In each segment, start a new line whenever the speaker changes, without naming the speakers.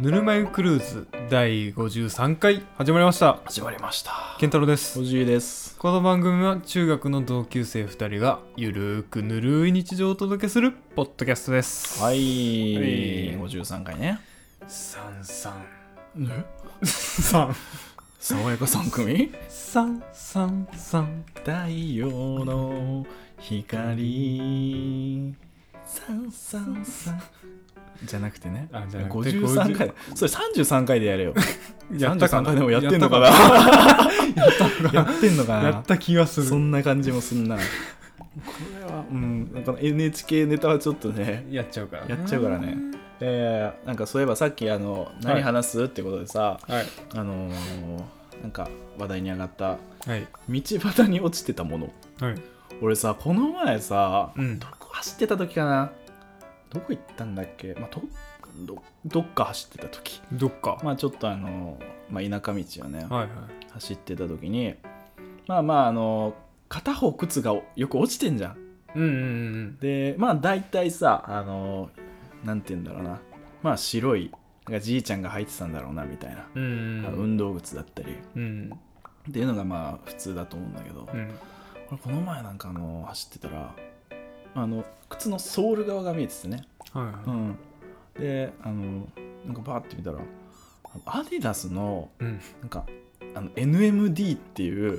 ぬるま湯クルーズ第53回始まりました
始まりました
健太郎です
おじいです
この番組は中学の同級生2人がゆるーくぬるい日常をお届けするポッドキャストです
はい、
い
53回ね
三三
え
三
爽やか3組
三三三
太陽の光さんさんさんじゃなくてね
あじゃなくて
53回それ33回でやれよ
やったか
33
な
回でもやってんのかな やってんのかな
やった気がす
そ
る
んな感じもすんなこれはうんなんか NHK ネタはちょっとね
やっちゃうからね
やっちゃうからねえー、なんかそういえばさっきあの何話す、ってことでさ
はい
あのー、なんか話題に上がった
はい
道端に落ちてたもの
はい
俺さこの前さ、
うん
どこ走ってた時かなどこ行ったんだっけ、まあ、どどどっか走ってた時
どっか
まあちょっとあのー、まあ、田舎道をね
はいはい
走ってた時にまあまああのー片方靴がよく落ちてんじゃん
うんうん
でまあ大体さあのなんて言うんだろうなまあ白いなんかじいちゃんが履いてたんだろうなみたいな、
うんうん
あの
うん
運動靴だったり
うん
っていうのがまあ普通だと思うんだけど、
うん
俺この前なんかあの走ってたらあの靴のソール側が見えててね、
はい
うん
はい
であのなんかバーって見たらアディダスの
うん
なんかあの NMD っていう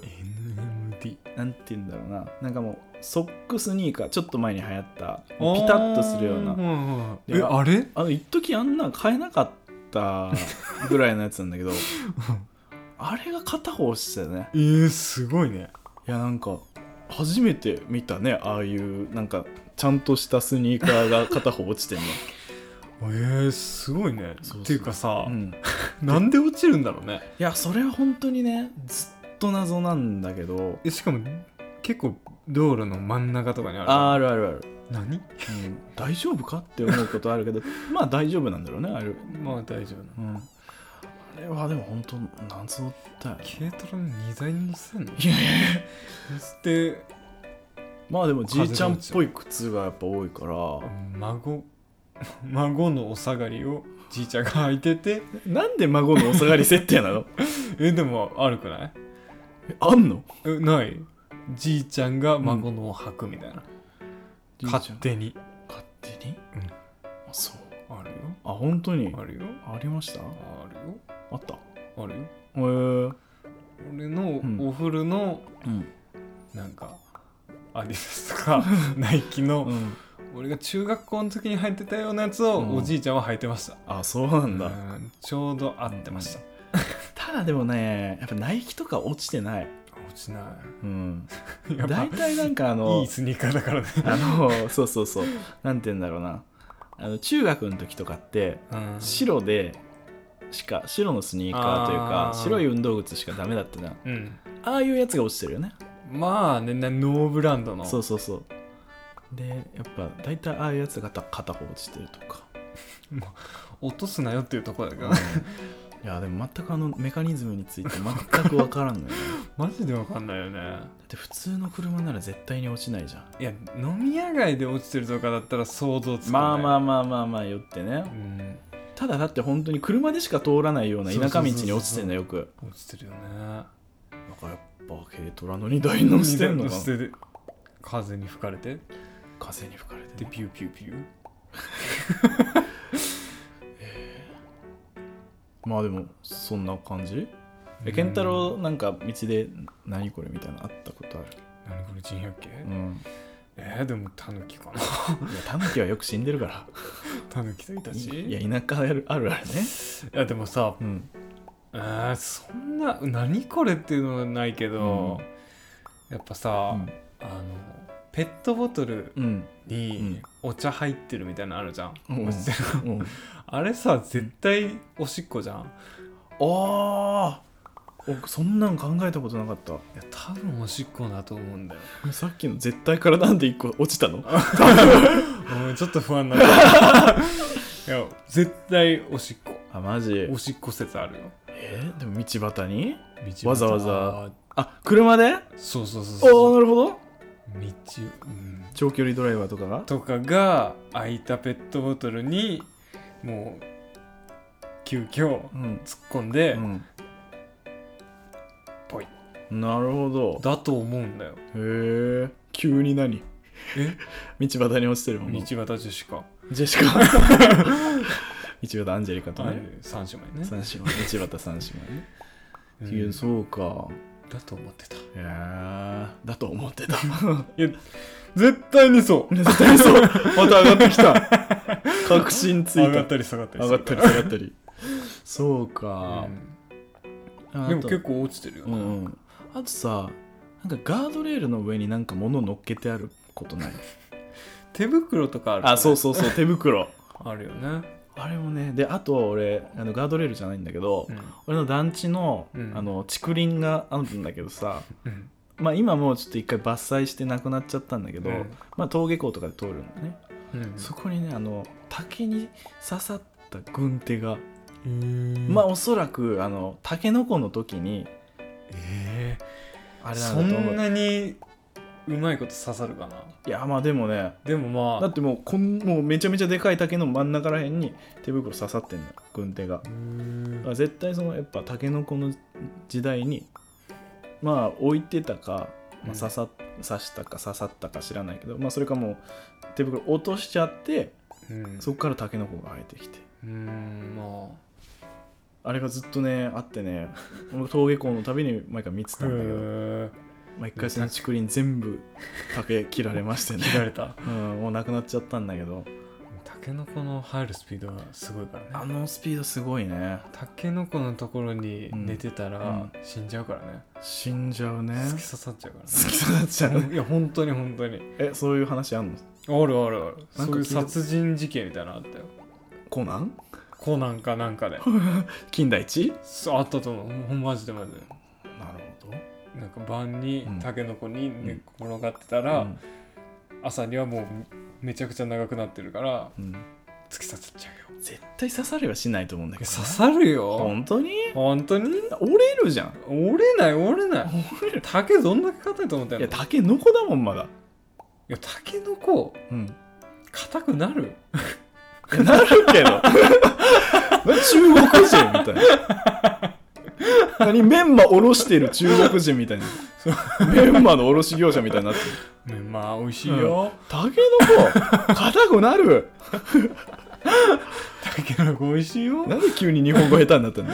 NMD
なんて言うんだろうななんかもうソックスニーカーちょっと前に流行ったピタッとするような
あーはいはい
で
えあれ
あの一時あんなん買えなかったぐらいのやつなんだけ どあれが片方落ちてたよね
えー、すごいね
いやなんか初めて見たねああいうなんかちゃんとしたスニーカーが片方落ちてんの
えー、すごいね
そうそう
っていうかさ、
うん
なんで落ちるんだろうね
いやそれは本当にねずっと謎なんだけど
えしかも結構道路の真ん中とかにある
ああるあるある、
何
うん、大丈夫かって思うことあるけど まあ大丈夫なんだろうねあれ,、
まあ大丈夫な
うん、あれはでも本当謎だよ ね
軽トラの荷台に乗せんの
いやいやいや
で
まあでもじいちゃんっぽい靴がやっぱ多いから
孫孫のお下がりをじいちゃんが履いてて
なんで孫のお下がり設定なの
えでもあるくない
えあんの
えないじいちゃんが孫のを履くみたいな、勝
勝手
手に
勝手に、
うん
あそう
ある
あ本当に
よあるよ
ありました
あるよ
あったへ
あるよ
えうん
俺の
ん
お風呂のなんかアディダスと かナイキの
うん
俺が中学校の時に履いてたようなやつを
うん
おじいちゃんは履いてました、
あそうなんだ、
うんちょうど合ってました、
た だでもねやっぱナイキとか落ちてない
落ちな
うん
いやっぱ
大体なんかあ
い
の
いスニーカーだからね
あのそうそうそうなんて言うんだろうなあの中学の時とかって
うん
白でしか白のスニーカーというか
あー
白い運動靴しかダメだったじゃん
うん
ああいうやつが落ちてるよね
まあねなノーブランドの
そうそうそうでやっぱ大体ああいうやつが片片方落ちてるとか
落とすなよっていうところだから、
いやでも全くあのメカニズムについて全く分からんのよね
マジでわかんないよね
だって普通の車なら絶対に落ちないじゃん
いや飲み屋街で落ちてるとかだったら想像つかない
まあま
あ
あまあまあまあよってね
うん
ただだって本当に車でしか通らないような田舎道に落ちてんだよよく
落ちてるよね
なんかやっぱ軽トラの荷台乗してんのか
落
な
ちてて風に吹かれて
風に吹かれて
で
ね
ピューピューピュー
まあでもそんな感じえ健太郎なんか道で何これみたいなのあったことある
何これ珍百景、
うん
えー、でもタヌキかな
いやタヌキはよく死んでるから
タヌキとイタチ
いや田舎あるあるあるね
いやでもさ、
うん
えー、そんな何これっていうのはないけど、やっぱさ、あのペットボトル
うん
にお茶入ってるみたいなのあるじゃん、
うん
落ちてる
うん
あれさ絶対おしっこじゃん
あーおそんなん考えたことなかった
いや多分おしっこだと思うんだよ
さっきの絶対からなんで一個落ちたの
うんちょっと不安なんだ いや絶対おしっこ
あマジ
おしっこ説あるよ
えーでも道端に
道端
わざわざあ車で
そうそうそうそ
おお
う
なるほど
道、うん、
長距離ドライバーとかが
とかが空いたペットボトルにもう急遽
うん
突っ込んで、ぽい
うん、なるほど
だと思うんだよ
へえ急に何
え
道端に落ちてるも
道
ん
端ジェシカ
ジ ェシカ道端アンジェリカと
あれ
ね
三姉妹ね
三姉妹道端三姉妹ね
うん
いやそうか
だと思ってた
いやーだと思ってた
絶対にそう
絶対 そうまた上がってきた確信つい
上が
た
ったり下がったり
上
す
が
る
ったり下がったりそうか
う、ん
あと
でも結構落ちてるよ
う
ね、
んうんあとさなんかガードレールの上になんか物乗っけてあることない
手袋 とかあるよね、
あそうそう そう手袋
あるよね、
あれもねであと俺あのガードレールじゃないんだけど、
うん
俺の団地の,、
うん
あの竹林があるんだけどさ
うん
まあ今もうちょっと一回伐採してなくなっちゃったんだけど、
うん
まあ登下校とかで通るんだね、
うん
そこにねあの竹に刺さった軍手が、ま
ま
あおそらくあのタケノコの時に
え
あ
ー、
れな
そ
んだと思うん
なにうまいこと刺さるかない
やまあでもね
でも
だ
まあ
ってもうこんもうめちゃめちゃでかい竹の真ん中らへんに手袋刺さってんの軍手がだ
う
か
ん
ら絶対そのやっぱタケノコの時代にまあ置いてたか、まあ、刺さ刺したか刺さったか知らないけど、まあ、それかもう手袋落としちゃって
うん
そこからタケノコが生えてきて
うんま
あれがずっとねあってね俺登下校のたびに毎回見て
あ
たんだけど毎回その竹林全部竹切られましてね
切られた
うん、もうなくなっちゃったんだけど
タケノコの入るスピードがすごいから
あ
ね
のスピードすごいね
タケノコのところに寝てたら
う
死んじゃうからね、
死んじゃうね
突き刺さっちゃうからね
好きそうなっちゃう
いや本当に本当に
えそういう話あんの
あるあるあるそ
なんか
う
聞
い
いうた
殺人事件みたいなのあったよ
コナン
コナンかなん かで
金田一
そうあったと思うほんマジでマジで
なるほど
なんか晩に
うん
タケノコに寝っ転がってたら、
うん
朝にはもうめちゃくちゃ長くなってるから
うん
突き刺さっちゃうよ
絶対刺されはしないと思うんだけ
刺
ど
さるよ
本当に
本当に
折れるじゃん
折れない折れない竹どんだけ硬いと思った
い
んや
や
ろい
竹のこだもんまだ
やタケノコ
うん
硬くなる
いやなるけど中国人みたいな何メンマおろしてる中国人みたいなメンマのおろし業者みたいになってる
ねまあ美味しいよ、
タケノコ硬くなる
タケノコ美味しいよ
なんで急に日本語下手になったの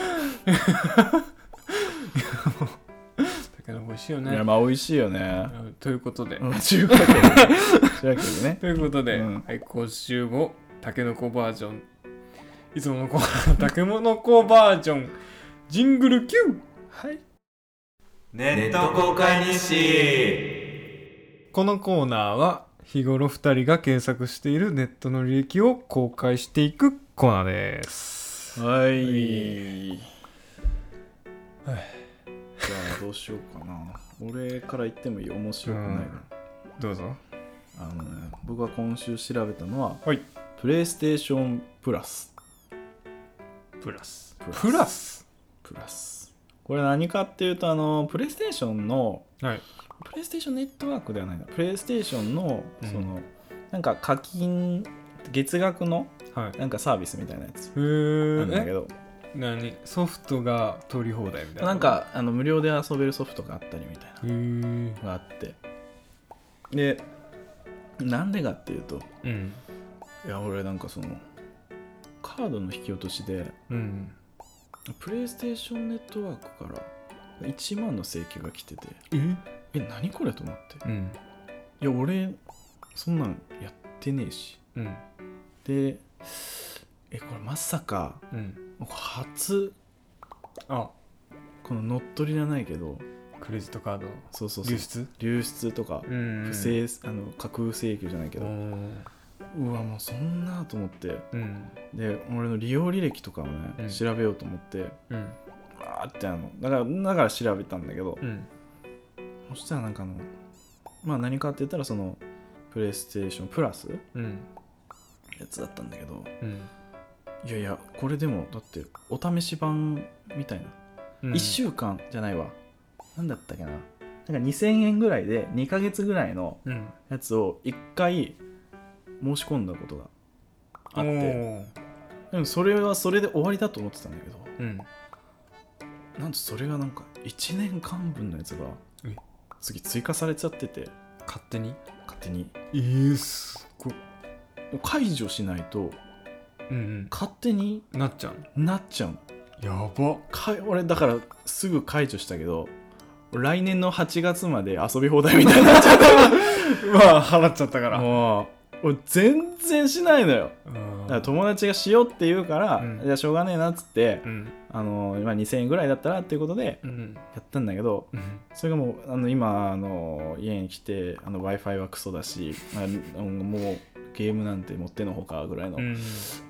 タケノコ美味しいよ
いや
ね
まあ美味しいよね
うんということで、
うん中華圏ね中華圏ね
ということで、
うん
はい、今週もタケノコバージョンいつものコーナータケノコバージョンジングル Q!
はい
ネット公開日誌
このコーナーは日頃2人が検索しているネットの履歴を公開していくコーナーです
はい
い
じゃあどうしようかな俺から言ってもいい面白くないから、
どうぞ
あのね僕が今週調べたのは、
はい
プレイステーションプラス
プラス
プラス
プラス
プラスこれ何かっていうとあのプレイステーションの
はい
プレイステーションネットワークではないなプレイステーションの
うん
その、なんか課金月額の
はい
なんかサービスみたいなやつ
え
なんだ
ー、
け
え
ど
何ソフトが取り放題みたいな
なんかあの無料で遊べるソフトがあったりみたいな
へー
があってでなんでかっていうと
うん
いや俺なんかそのカードの引き落としで
うん
プレイステーションネットワークから1万の請求が来てて
え
え何これと思って
うん
いや俺そんなんやってねえし
うん
でえこれまさか
うん
初
あ
この乗っ取りじゃないけど
クレジットカード
そうそうそう
流出
流出とか
うん
不正あの架空請求じゃないけど、
うん
うわもうそんなと思って
うん
で俺の利用履歴とかをね、
うん
調べようと思って
うん
わーってあのだからだから調べたんだけど、
うん
そしたらなんかあのまあ何かって言ったらそのプレイステーションプラス
うん
やつだったんだけど
うん
いやいやこれでもだってお試し版みたいな、
うん
1週間じゃないわ何だったっけななんか2000円ぐらいで2ヶ月ぐらいの
うん
やつを1回申し込んだことがあって
おー
でもそれはそれで終わりだと思ってたんだけど
うん
なんとそれがなんか1年間分のやつが
え
次追加されちゃってて
勝手に
勝手に
えー、すごい
解除しないと
うん
勝手に
うんなっちゃう
なっちゃうの
やば
か俺だからすぐ解除したけど来年の8月まで遊び放題みたいになっちゃっ
まあ払っちゃったか
た
ら
もう俺全然しないのよだから友達がしようって言うから、
うん
じゃあしょうがねえなっつって、
うん
あの今2000円ぐらいだったらっていうことで
うん
やったんだけど
うん
それがもうあの今あの家に来て w i f i はクソだしあのもうゲームなんて持ってのほかぐらいの
う
w
ん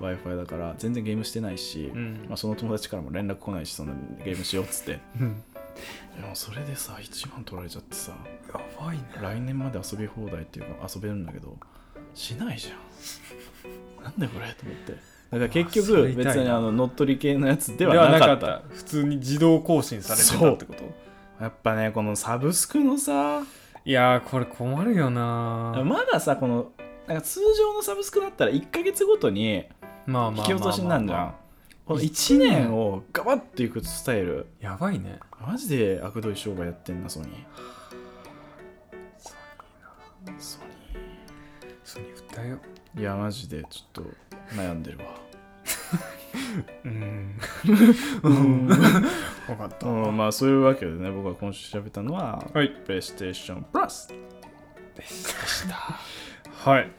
i f i だから全然ゲームしてないし、
うん
まあ、その友達からも連絡来ないしそんなゲームしようっつって
うん
でもそれでさ1万取られちゃってさ
やばいね
来年まで遊び放題っていうか遊べるんだけどしないじゃん なんでこれと思ってだから結
あそ
局
れ痛いな
別にあの乗っ取り系のやつで
で
は
はな
なか
か
っ
ったた普通に自動更新されてたってこと
やっぱねこのサブスクのさ
いやーこれ困るよな
まださこのなんか通常のサブスクだったら1ヶ月ごとに
まあまあまあ
引
まあ
き落としになるじゃんこの1
一
年をガバッといくスタイル
やばいね
マジで悪どい商売やってんなソニーソニー
ソニー訴えよ
いやマジでちょっと悩んでるわ
ううん分かっ
うんまあそういうわけでね僕が今週調べたのは、
はい
プレイステーションプラス
でしたはい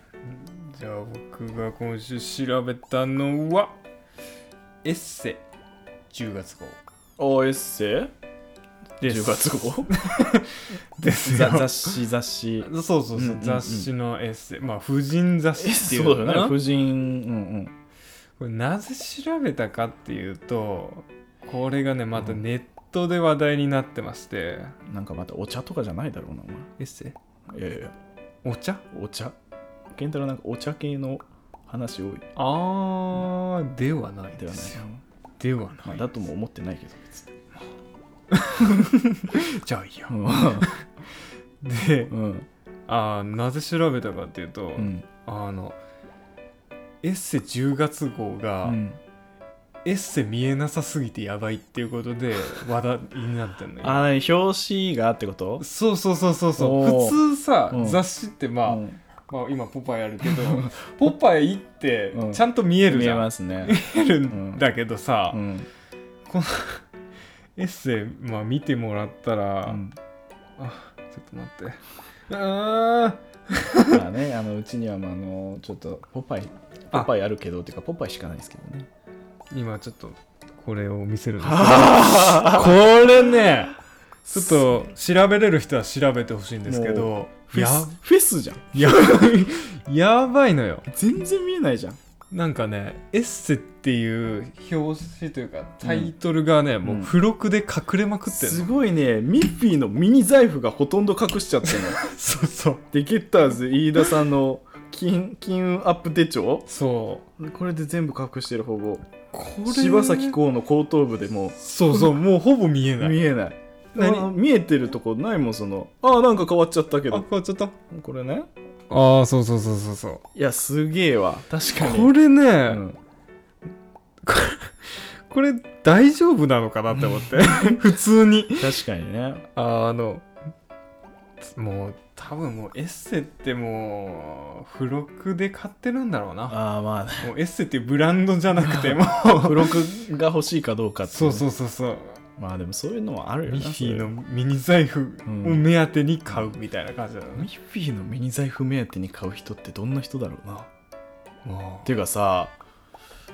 じゃあ僕が今週調べたのはエッセ10月号
OS
で
10
す
月号
です
ざ
よ
雑誌雑誌
そうそうそう,、
うんうんうん
雑誌のエッセイまあ婦人雑誌ってい
そうう
の
だ
かな
よね婦人うん
これなぜ調べたかっていうとこれがねまたネットで話題になってまして、
うんなんかまたお茶とかじゃないだろうな
エッセイ
お前いやいや
お茶
お茶健太郎なんかお茶系の話多い
あーではないで
ではない
すよでは
ま
な
あ、
い
だとも思ってないけど 別
じゃあいいや
に
で
うん
あーなぜ調べたかっていうと、
うん
あのエッセイ10月号が、
うん
エッセイ見えなさすぎてやばいっていうことで話題になってんのよ
あ何表紙がってこと
そうそうそうそうそ
おー
う普通さ、
うん
雑誌ってまあ、
うん
まあ、今ポパイあるけど ポパイ行って
うん
ちゃんと見える
見
じ
え
ゃん、
ますね
見える
うん
んだけどさ、
うん
このエッセイ、まあ、見てもらったら、
うん
あちょっと待ってあ
まあね、あのうちには、まあ、あのちょっとポパイ、ポパイあるけど、っていうか、ポパイしかないですけどね。
ー今ちょっとこれを見せるんですけど これねちょっと調べれる人は調べてほしいんですけど
フェ
や
スフェスじゃん。
ややばいのよ
全然見えないじゃん。
なんかねエッセっていう表紙というかタイトルがね、もう付録で隠れまくってんの、
すごいね、ミッフィーのミニ財布がほとんど隠しちゃって るの。
そうそう
で、ゲッターズ飯田さんの金金運アップ手帳
そう
これで全部隠してるほぼ。
こ
柴咲コウの後頭部でも
そうそうもうほぼ見えな
う
い
見えない。
何
あ見えてるとこないもん、その、ああ、なんか変わっちゃったけ
あ
ど。
変わっちゃった
これね。
ああそうそうそうそうそう
いや、すげえわ。確かに。
これね、
うん
これ大丈夫なのかなって思って 普通に
確かにね。
あのもう多分もうエッセってもう付録で買ってるんだろうな
ああ、まあね。
もうエッセっていうブランドじゃなくても
付録が欲しいかどうかってい
そう
う
そうそうそう
まあでもそういうのはあるよな
ミッフ
それ
ィーのミニ財布を目当てに買うみたいな感じだよ
ミ
ね、
ッフィーのミニ財布目当てに買う人ってどんな人だろうなっ
もう
ていうかさ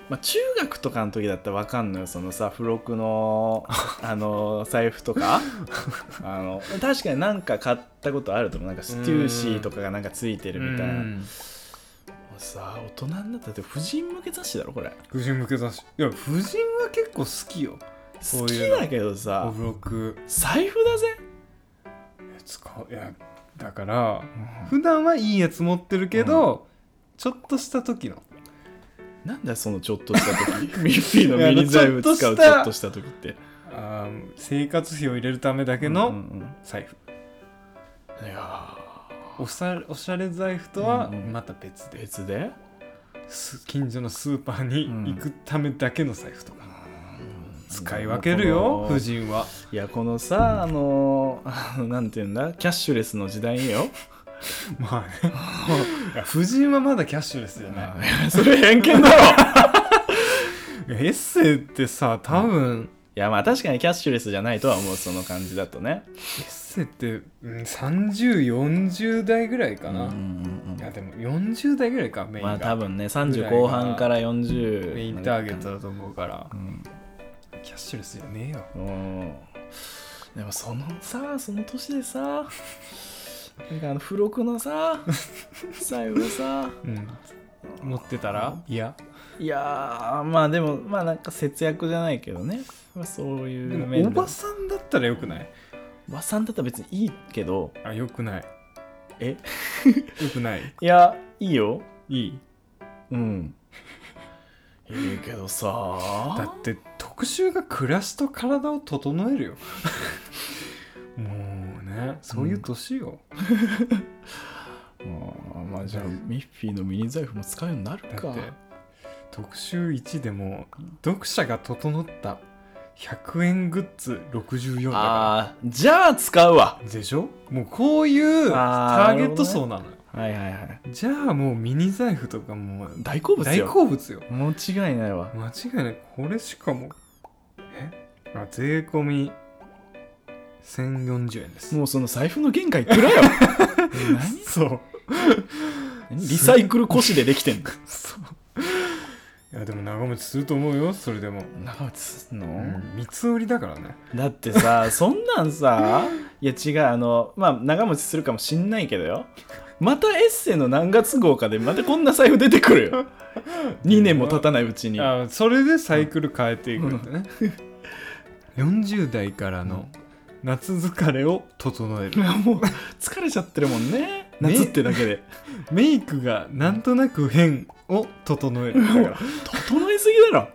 まあ、中学とかの時だったらわかんのよそのさ付 録のあの財布とかあの確かになんか買ったことあると思うなんかステューシーとかがなんかついてるみたいな
う
も
ん
うさ大人になったって婦人向け雑誌だろこれ
婦人向け雑誌いや婦人は結構好きよそ
好
う
き
いうの
だけどさ
付録
財布だぜ
使ういやだから普段はいいやつ持ってるけど、ちょっとした時の
なんだそのちょっとした時 ミッフィーのミニ財布使う
い
ちょっ
や
と
ち
した時って
あー生活費を入れるためだけ
うん
の
うん
財布、
うんいや
おしゃおしゃれ財布とは
うんうん
また別
ー
で、
別で
す近所のスーパーに行くためだけの財布とか、使い
な
分
る
ける
ほ
よ
ど
夫人はい
やこのさあのあのなんていうんだキャッシュレスの時代よ
まあねいや夫人はまだキャッシュレスじゃない
いや それ偏見だろ
エッセイってさ多分
いやまあ確かにキャッシュレスじゃないとは思うその感じだとね
エッセイって3040代ぐらいかな、
うんうん
いやでも40代ぐらいかメイ
うん
ンが、
まあ多分ね30後半から40
メインターゲットだと思うから
うん
キャッシュレスじゃねえよ
うんでもそのさその年でさなんかあの付録の さ財布さ
うん持ってたらいや
いやーまあでもまあなんか節約じゃないけどね、まあ、そう
で
いう
もお
面で
ばさんだったらよくない
おばさんだったら別にいいけど
あよくない
え
よくない
いやいいよ
いい
うんいいけど
だ
さ
って特集が暮らしと体を整える よもうねそういう年よ、
まあまあじゃあミッフィーのミニ財布も使うようになる
だ
か
って特集1でも読者が整った100円グッズ64だか
ああじゃあ使うわ
らでしょもうこういうタ
あー
ーゲット層なのよ
はいはいはい
じゃあもうミニ財布とかもう
大好物
大
よ
好物よ
間違いないわ
間違いないこれしかもえあ税込み1040円です
もうその財布の限界いくら よ
そう
何リサイクル越しでできてんの
そういやでも長持ちすると思うよそれでも、
長持ちすんの、
うん、三つ売りだからね
だってさそんなんさいや違うあのまあ長持ちするかもしんないけどよまたエッセイの何月号かでまたこんな財布出てくるよ2年も経たないうちに
あそれでサイクル変えていくってね、40代からの夏疲れを整える
もう疲れちゃってるもんね
ね
夏ってだけで、
メイクがなんとなく変を整えるだから
整えすぎだろ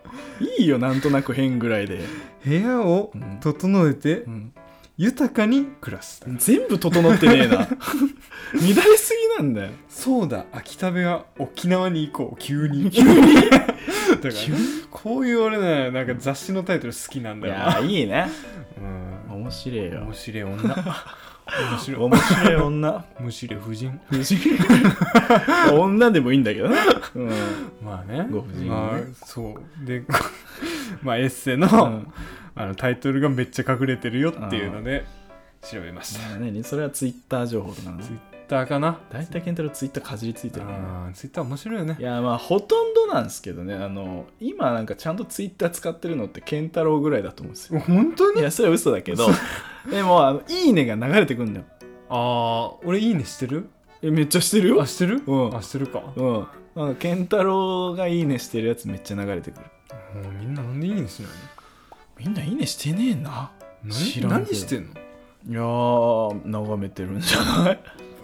いいよなんとなく変ぐらいで、
部屋を整えて
うん
豊かに暮らすだから
全部整ってねえ な乱れすぎなんだよ
そうだ秋田部は沖縄に行こう急にだから
急
こういう俺ねなんか雑誌のタイトル好きなん
い
だよ
や
な
ーいいね
うん
面白いよ
面白い女面白い
面白い女
面白い夫人
不思議 女でもいいんだけ どね、うん
まあね
ご婦人ね
まあ、そうで まあエッセイの,、
うん
あのタイトルがめっちゃ隠れてるよっていうので調べました
まあね、それはツイッター情報とかな
ツイッターかな
大体健太郎ツイッターかじりついてるからね
あーツイッター面白いよね
いやまあほとんどなんですけどねあの今なんかちゃんとツイッター使ってるのって健太郎ぐらいだと思うんですよ
本当
い
にあ
やそれは嘘だけどでもあの「いいね」が流れてくんだよ
あー俺いいねしてる
えめっちゃしてるよ
あしてる、
うん
あしてるか、も
うんなんか健太郎が「いいね」してるやつめっちゃ流れてくる
うみんななんでいいねしない
みんな「いいね」してねえな
の
知らん
何
けど
何してんの
いやー眺めてるんじゃないう
わ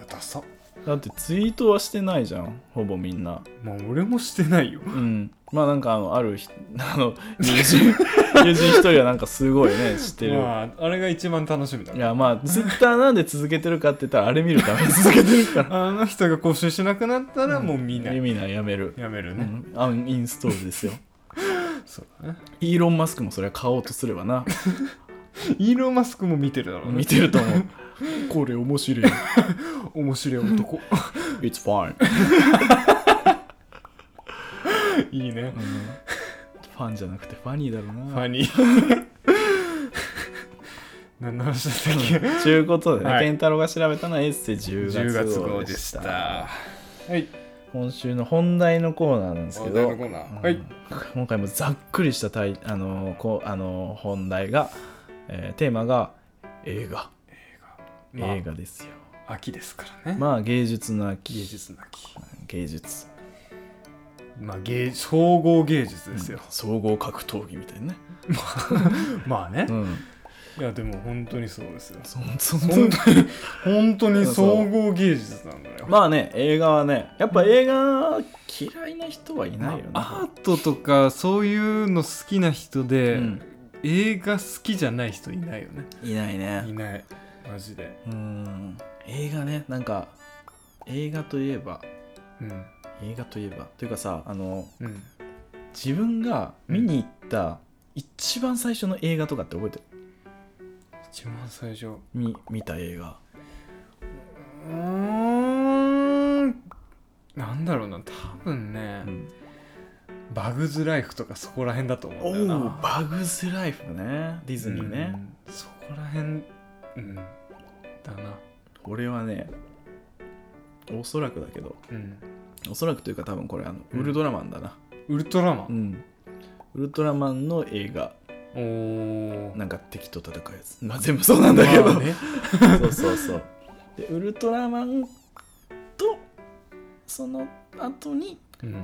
ダサ
だってツイートはしてないじゃんほぼみ んな
まあ俺もしてないよ
うんまあなんかあのあるひ あの友人 友人一人はなんかすごいね知ってる、
まああれが一番楽しみだ
い
ね
やまあツイッターなんで続けてるかって言ったらあれ見るために続けてる から
あの人が更新しなくなったらもう見ない、
意味ないやめる、
やめる
う
ね、
ん、アンインストールですよ
そうだね
イーロン・マスクもそれは買おうとすればな
イーロン・マスクも見てるだろうね
見てると 思うこれ面白い
面白い男
It's fine
いいね
ファンじゃなくてファニーだろう
フ
な
ァニー何の話だったっけ
ということでね、
はい
健太郎が調べたのはエッセイ
10
10月
月
号
号
で
で
し
したたはい
今週の本題のコーナーなんです
お
けど
題のコーナーはい
今回もざっくりしたタイあのこうあの本題が、えーテーマが映画、
ま
映画ですよ
あ秋ですからね、
まあ芸術の秋
芸術の秋
芸術
まあ芸総合芸術ですよ、
総合格闘技みたいなね
まあね、
うん
いやでも本当にそうですよ
そそそ
本当に本当に
そうそう
総合芸術なんだよ、
まあね映画はねやっぱ映画嫌いな人はいないよね、
アートとかそういうの好きな人で、
うん
映画好きじゃない人いないよね
いないね
いないマジで
うん映画ねなんか映画といえば
うん
映画といえばというかさあの
うん
自分が見に行った一番最初の映画とかって覚えてる、
一番最初う
み見た映画
ーんなんだろうな多分ね、
うん
バグズライフとかそこら辺だと思
お
うんだよ
お
な
バグズライフねディズニーね、
うんそこら辺うんだな
俺はねおそらくだけど
うん
おそらくというか多分これあの、
うん
ウルトラマンだな
ウルトラマ
う
ン、
んウルトラマンの映画
おお
なんか敵と戦うやつまあ全部そうなんだけど、
まあね
そうそうそうでウルトラマンとその後に
うん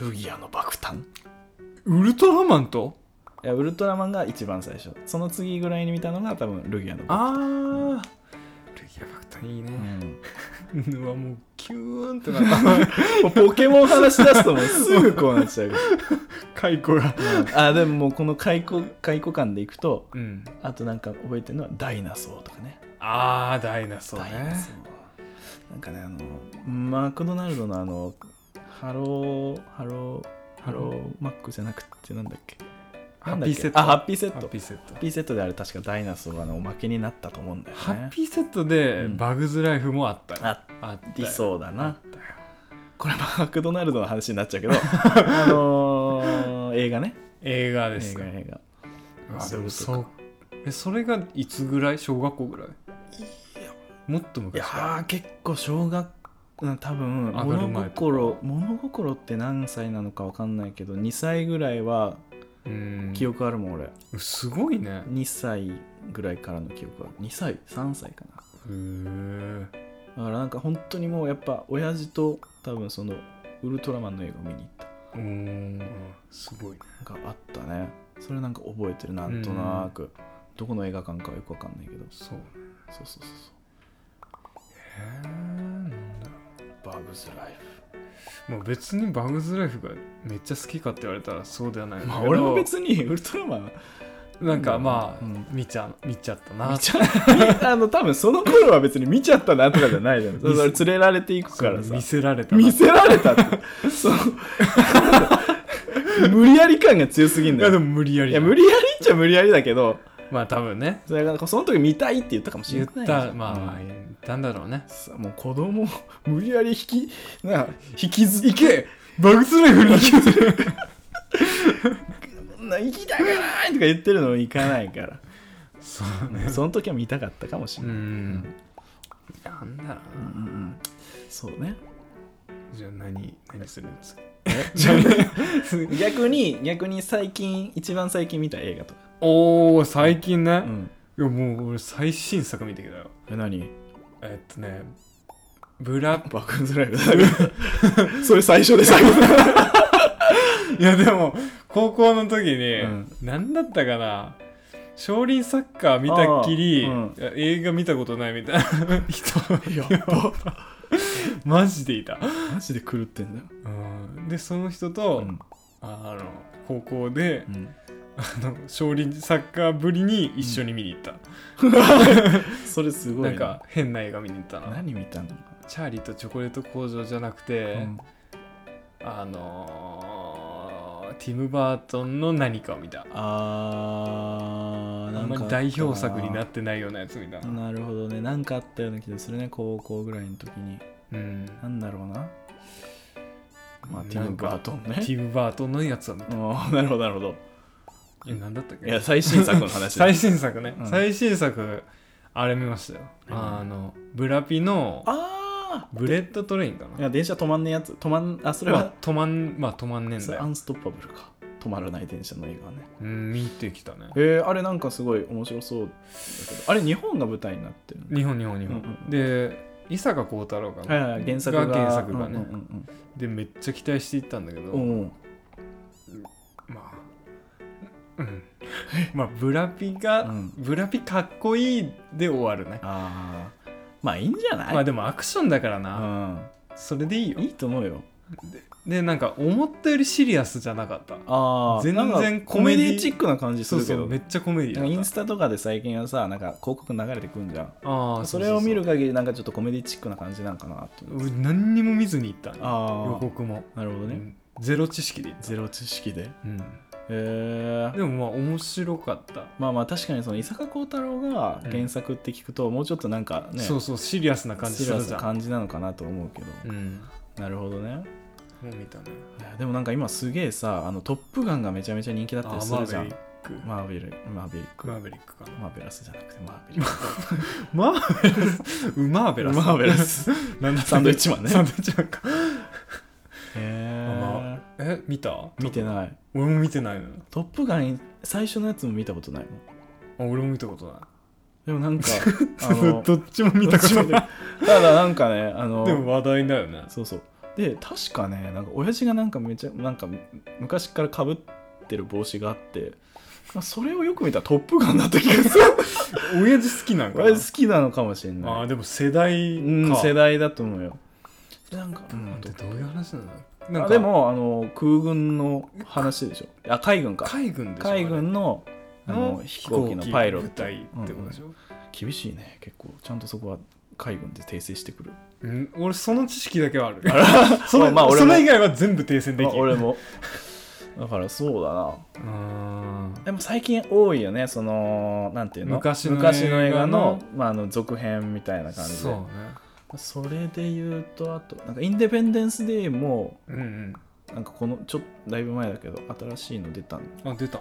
ルギアの爆誕
ウルトラマンと
いやウルトラマンが一番最初その次ぐらいに見たのが多分ルギアの爆誕
あールギア爆弾いいね、うわもうキューンってな った
うん、もう ポケモン話し出すともうすぐこうなっちゃうか
解雇が
ら、うんあでももうこの解雇解雇感でいくと
うん
あとなんか覚えてるのはダイナソーとかね
あーダイナソー
ダイナ
ね
ソーなんかねあのマクドナルドのあのハローハローハローマックじゃなくてなんだっけ
ハッピーセット
あハッピーセッ
ハッ
トハ
ピーセット
ッピーセットであれ確かダイナソーがあのおまけになったと思うんだよね
ハッピーセットで
うん
バグズライフもあったよ
あ
あった
り
う
そうだ
あ
な
ったよ
これマクドナルドの話になっちゃうけ どあのー映画ね
映画です
映
か
画映画
うわ
そ
で
ういう
も
ことか
そうえそれがいつぐらい小学校ぐらいもっと
いや
昔か
ー結構小学うん多分
上がる前
物
とか
心物心って何歳なのか分かんないけど2歳ぐらいは
うん
記憶あるもん俺、
すごいね
2歳ぐらいからの記憶は2歳3歳かな
へー
だからなんか本当にもうやっぱ親父と多分そのウルトラマンの映画を見に行った
うーんすごいね
なんかあったねそれなんか覚えてるなんとなく、どこの映画館かはよくわかんないけど
そうね
そうそうそうそ
へーなんだろ
うバグズライフ
うもう別にバグズライフがめっちゃ好きかって言われたらそうではないんだけど
まあ俺も別にウルトラマン
なんかまあ、
うん
見ちゃ見ちゃったな
見ちゃあの多分その頃は別に見ちゃったなとかじゃないじゃんそれ連れられていく
そ
か
う
らさ
見せられたな
見せられたってその 無理やり感が強すぎん
い
だ
やで
よ
も無理やり
い
じゃ
や
ん
無理やりっちゃ無理やりだけど
まあ多分ね
それがその時見たいって言ったかもし
言
れ
っ
ない
たまあまあ
うん
言ったんだろうね
さもう子供を無理やり引きな引きずいけ
バグズライ フに
な行きたくない とか言ってるのに行かない から
そうね
その時は見たかったかもし
う
れない、
んなんだろう
うん
な
うんうんそうね
じゃあ何何するんですか
逆に逆に最近一番最近見た映画とか、
おお最近ね
う、ん、
いやもう俺最新作見てきたよ
え何
えっとねブラ
バックズライブ それ最初で最後 だ
いやでも高校の時に、
うん
何だったかな少林サッカー見たっきり、
あー
映画見たことないみたいな 人
やっば
マジでいた、
マジで狂ってんだよ、
うん、でその人と、
うん
あの高校で
う、ん、
あの少林サッカーぶりに一緒に見に行った、
それすご
な
い
んか変な映画見に行ったな
何見たのか
チャーリーとチョコレート工場じゃなくて、
な、うん
あのー、ティム・バートンの何かを見た
あー
あ
なん
まり代表作になってないようなやつ見たな
なるほどねなんかあったような気がするね高校ぐらいの時に
うん
なんだろうなまあ
なんか
ティム・バートンね
ティム・バートンのやつは見た
あーなるほどなるほど
え何だったっけ
いや最新作の話だ
最新作ね、
うん
最新作あれ見ましたよ、あのブラピの
あ
ブレッドトレインか
あい
な
や電車止まんねえやつ止まんあそれ
まあ
は、
止まんまあ止まんねえん
そ
だ
れア
よ
ンストッパブルか止まらない電車の映画ね
うん見てきたね
えー、あれなんかすごい面白そうだけどあれ日本が舞台になってるの
日本日本日本、
うんうん
で伊坂幸太郎かな、
はいはい原作が
原作がね
うんうん
でめっちゃ期待していったんだけど、
うんうん、うん
まあうん まあブラピが、
うん
ブラピかっこいいで終わるね
ああまあいいんじゃない、
まあでもアクションだからな、
うん
それでいいよ
いいと思うよ。
でなんか思ったよりシリアスじゃなかった
あ
全然
なんかコ
コメ
メ
デ
デ
ィ
ィチックな感じす
そう
るけ
そ
ど
うめっちゃコメディ
なんかイ
だ
ン
っ
スタとかで最近はさなんか広告流れてくんじゃん
たああ
それを見る
う
限りなんかちょっとコメディチックな感じなんかなって
そうそう俺何にも見ずに行ったの
あ
予告も、
なるほどね、
うんゼロ知識で行った
ゼロ知識でへ
うん
え
でもまあ面白かった、
まあまあ確かにその伊坂幸太郎が原作って聞くともうちょっとなんかね、
そうそうシリアスな感じ
シ
す
リア
る
ス
じゃ
なん感じなのかなと思うけど、
うん
なるほどね
もう見たね
いやでもなんか今すげえさ「あのトップガン」がめちゃめちゃ人気だった
あ
り
ー
す
マ
る
ー
じゃ
ヴェ
ん
リック
マーベリックマーベリック
マーベリックかな
マーベラスじゃなくてマーベリ ック
マーベラスマーベラス
マーベラス
なんだ
サンドイッチマンね
サンドイッチマンか
へえ
まえ見た
見てない
俺も見てないのよ
「トップガン」最初のやつも見たことないの
あ俺も見たこと ない
でもな んかあの
どっちも見たことない
ただなんかねあの
でも話題だよね
そうそうで確かねなんか親父がなんかめちゃなんか昔からかぶってる帽子があってまあそれをよく見たら「トップガン」だった気がす る
親父好きなんかな
俺好きなのかもしれない
あーでも世代か、
うん、世代だと思うよ。なんか、うん、
でどういう話なのなん
あ
か
でもあの空軍の話でしょ。あ海軍か。
海軍でしょ
海軍の
あ
あ
れ
の飛行機のパイロット。
飛行機部隊ってことでしょ、
厳しいね、結構。ちゃんとそこは海軍で訂正してくる。
うん、俺その知識だけはある そ
そ
れ,、
まあ俺
そ
も
れ以外は全部訂正で
まあ
きる
俺も。だからそうだな。
うーん
でも最近多いよね、その、なんていうの
昔の
昔の映画の
映画
まあ、あの続編みたいな感じ
そう
で
ね。
それで言うと、あと、なんかインデペンデンス・デーも、
うん
なんかこの、ちょっとだいぶ前だけど、新しいの出たん
うんあ出たへ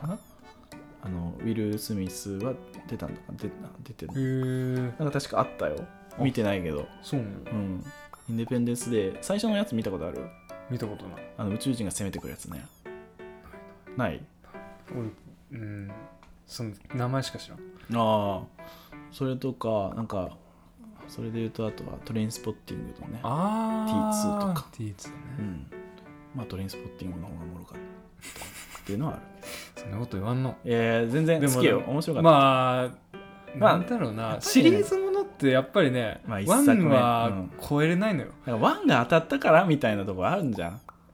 あのウィル・スミスは出たんだか出な出てる
え
なんか確かあったよ見てないけど
そうな
う
の
んインデペンデンスで最初のやつ見たことある
見たことない
あの宇宙人が攻めてくるやつねない
俺うんその名前しか知らん
ああそれとかなんかそれで言うとあとはトレインスポッティングとね
あ
T2 とか
T2 ね、
うんまあトレインスポッティングの方がおもろかったっていうのはある
そんなこと言わんの
えー、全然好きよ
でも
面白かった、
まあ
まあ
なんだろうな、
やっぱりね
シリーズものってやっぱりね、
まあ一
ワ
作目
ン
う
は
ん
超えれないのよ、
なんかワンが当たったからみたいなところあるんじゃ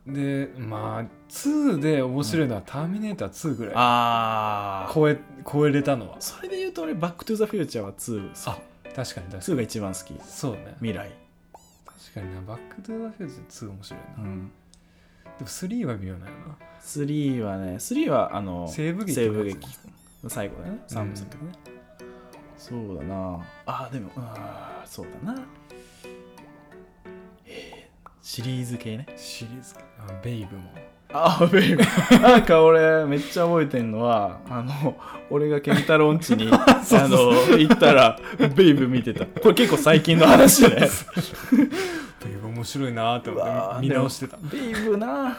ん
でまあ2で面白いのは「ターミネーター2」ぐらい、
あ
超え超えれたのは
それで言うと俺バック・トゥ・ザ・フューチャーは2
あ確かに確か
2
に
が一番好き
そうね
未来、
確かにな「バック・トゥ・ザ・フューチャー2」面白いな、
う
でも
ん、
3は微妙なよな
3はね3はあの
西部劇
西部劇最後だね
うん
3部作ね、そうだなあでもあーそうだなえーシリーズ系ね
シリーズかあベイブも
あーベイブなんか俺めっちゃ覚えてんのはあの俺がケンタロウんち にあの行ったらベイブ見てたこれ結構最近の話ね
ベイブ面白いなーって思
うわ
っ
ー
て見見直してた
ベイブな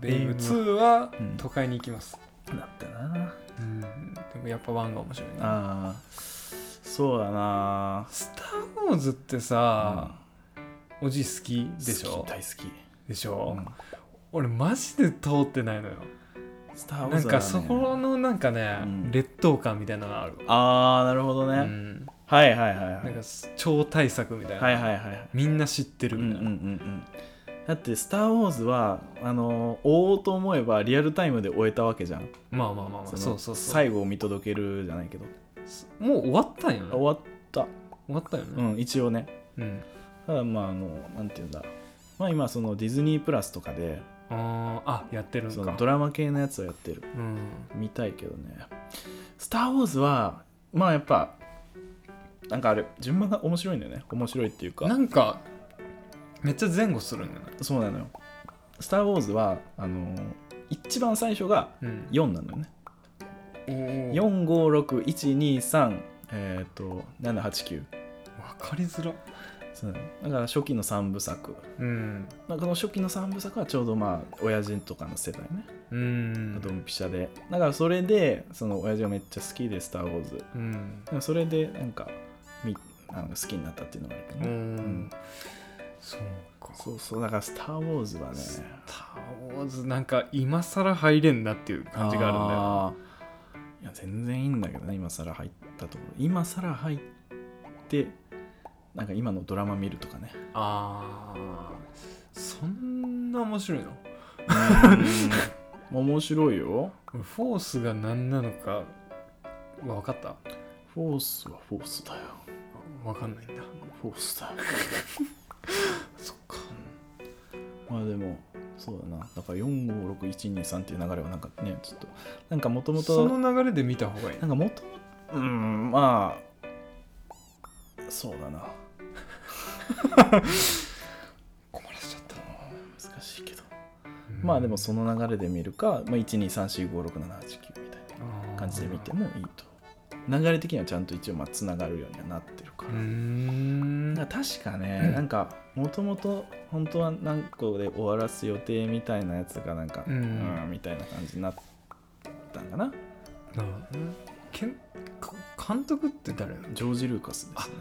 ベイブ2は
うん
都会に行きます、
だったな
うんでもやっぱ1が面白いな
ああそうだな
スター・ウォーズってさ、おじ好き
うん
でし
好
ょ
き大好き、
でしょ、
うん
俺マジで通ってないのよ
スター・ウォーズ
なん
は
か
ね
そこのなんかね、
うん
劣等感みたいなのがあるわ
ああなるほどね、
うん
はいはいはいはい
なんかす超大作みたいな、
はいはいはい
みんな知ってる
うんうん
み
う
たい
んう
な、
んだって「スター・ウォーズは」あの追おうと思えばリアルタイムで終えたわけじゃん
まあまあまあまあ
の
そうそうそう
最後を見届けるじゃないけど
もう終わったんよね
終
終
わった
わったよね
うん一応ね
うん、
ただまああのなんていうんだまあ今そのディズニープラスとかで
あーあやってるん
そ
か
のドラマ系のやつをやってる
うん
見たいけどね「スター・ウォーズは」まあやっぱなんかあれ順番が面白いんだよね面白いっていうか
なんかめっちゃ前後するんだよね
そうなのよ「スター・ウォーズは」あの一番最初が
うん
4なのよね、
おー
456123えっ、と789
わかりづら
そうなのだから初期の3部作
うん
まあこの初期の3部作はちょうどまあ親父とかの世代ね
うん
ドンピシャでだからそれでその親父がめっちゃ好きで「スター・ウォーズ」
うん
でもそれでなんかみあの好きになったっていうのがあるけど
う
ね、
んそうか
そうそうだから「スター・ウォーズ」はね
スター・ウォーズなんか今更入れんなっていう感じがあるんだよ
あーいや全然いいんだけどね今更入ったところ今更入ってなんか今のドラマ見るとかね
ああそんなな面白いの
面白いよ
俺フォースが何なのか分かった
フォースはフォースだよ
分かんないんだ
フォースだよそっかまあでもそうだなだから456123っていう流れはなんかねちょっとなんかもとも
そ
と
の流れで見た方がいい
なんかもとうんまあそうだな
困らせちゃった
難しいけどまあでもその流れで見るか、まあ、123456789みたいな感じで見てもいいと流れ的にはちゃんと一応まあつながるようにはなってるか
う
ら
ー、ん
なんか確かね、なんかもともと本当は何個で終わらす予定みたいなやつがなんか、
う
うんん、みたいな感じになったんかな
なるほどねけんか監督って誰なの
ジョージ・ルーカスですね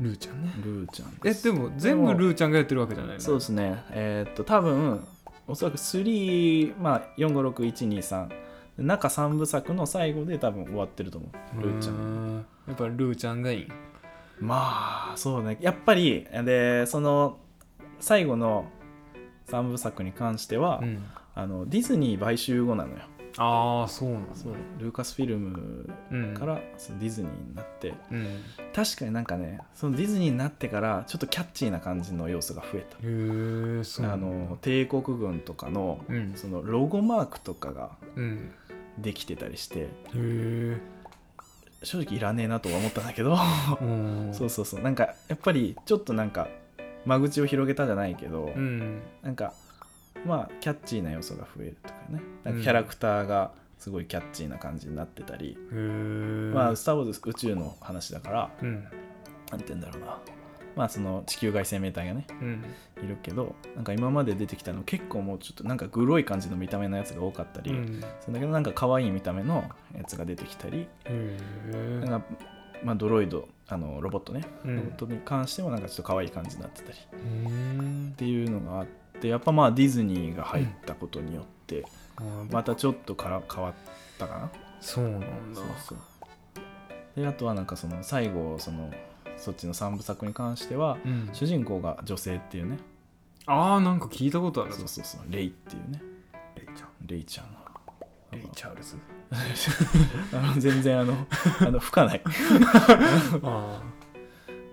ルーちゃんね
ルーちゃん
え
です
でも全部ルーちゃんがやってるわけじゃないの
そうですねえーっと多分おそらく3、まあ、456123中3部作の最後で多分終わってると思うルーちゃん
んやっぱルーちゃんがいい
まあそうねやっぱりでその最後の3部作に関しては、
うん
あのディズニー買収後なのよ
ああそうなんだ
そうルーカスフィルム
うん
から、そのディズニーになって
うん
確かになんかねそのディズニーになってからちょっとキャッチーな感じの要素が増えた、
へえそうな
あ
んだ
の帝国軍とかの,、
うん
そのロゴマークとかが
うん
できてたりして
へえ
正直いらねえなとは思ったんだけど
うん
そうそうそうなんかやっぱりちょっとなんか間口を広げたじゃないけど、
うん
なんかまあキャッチーな要素が増えるとかねなん
うん
かキャラクターがすごいキャッチーな感じになってたり、
へえ
まあ「スター・ウォーズ」宇宙の話だから
うん
なんて言うんだろうなまあその地球外生命体がね
うん
いるけどなんか今まで出てきたの結構もうちょっとなんかグロい感じの見た目のやつが多かったり、
うん
それだけどなんか可愛い見た目のやつが出てきたり
へえ
なんか、まあ、ドロイドあのロボットね、
うん
ロボットに関してもなんかちょっと可愛い感じになってたりっ
うん
ていうのがあってやっぱまあディズニーが入ったことによって、
あー
またちょっとから変わったかな
そうなんだ
そうそうであとはなんかその最後そのそっちの3部作に関しては、
うん
主人公が女性っていうね
ああなんか聞いたことある
そうそうそうレイっていうね
レイちゃん
レイちゃんが
レイチャールズ
あの 全然 あのあの吹かない
あ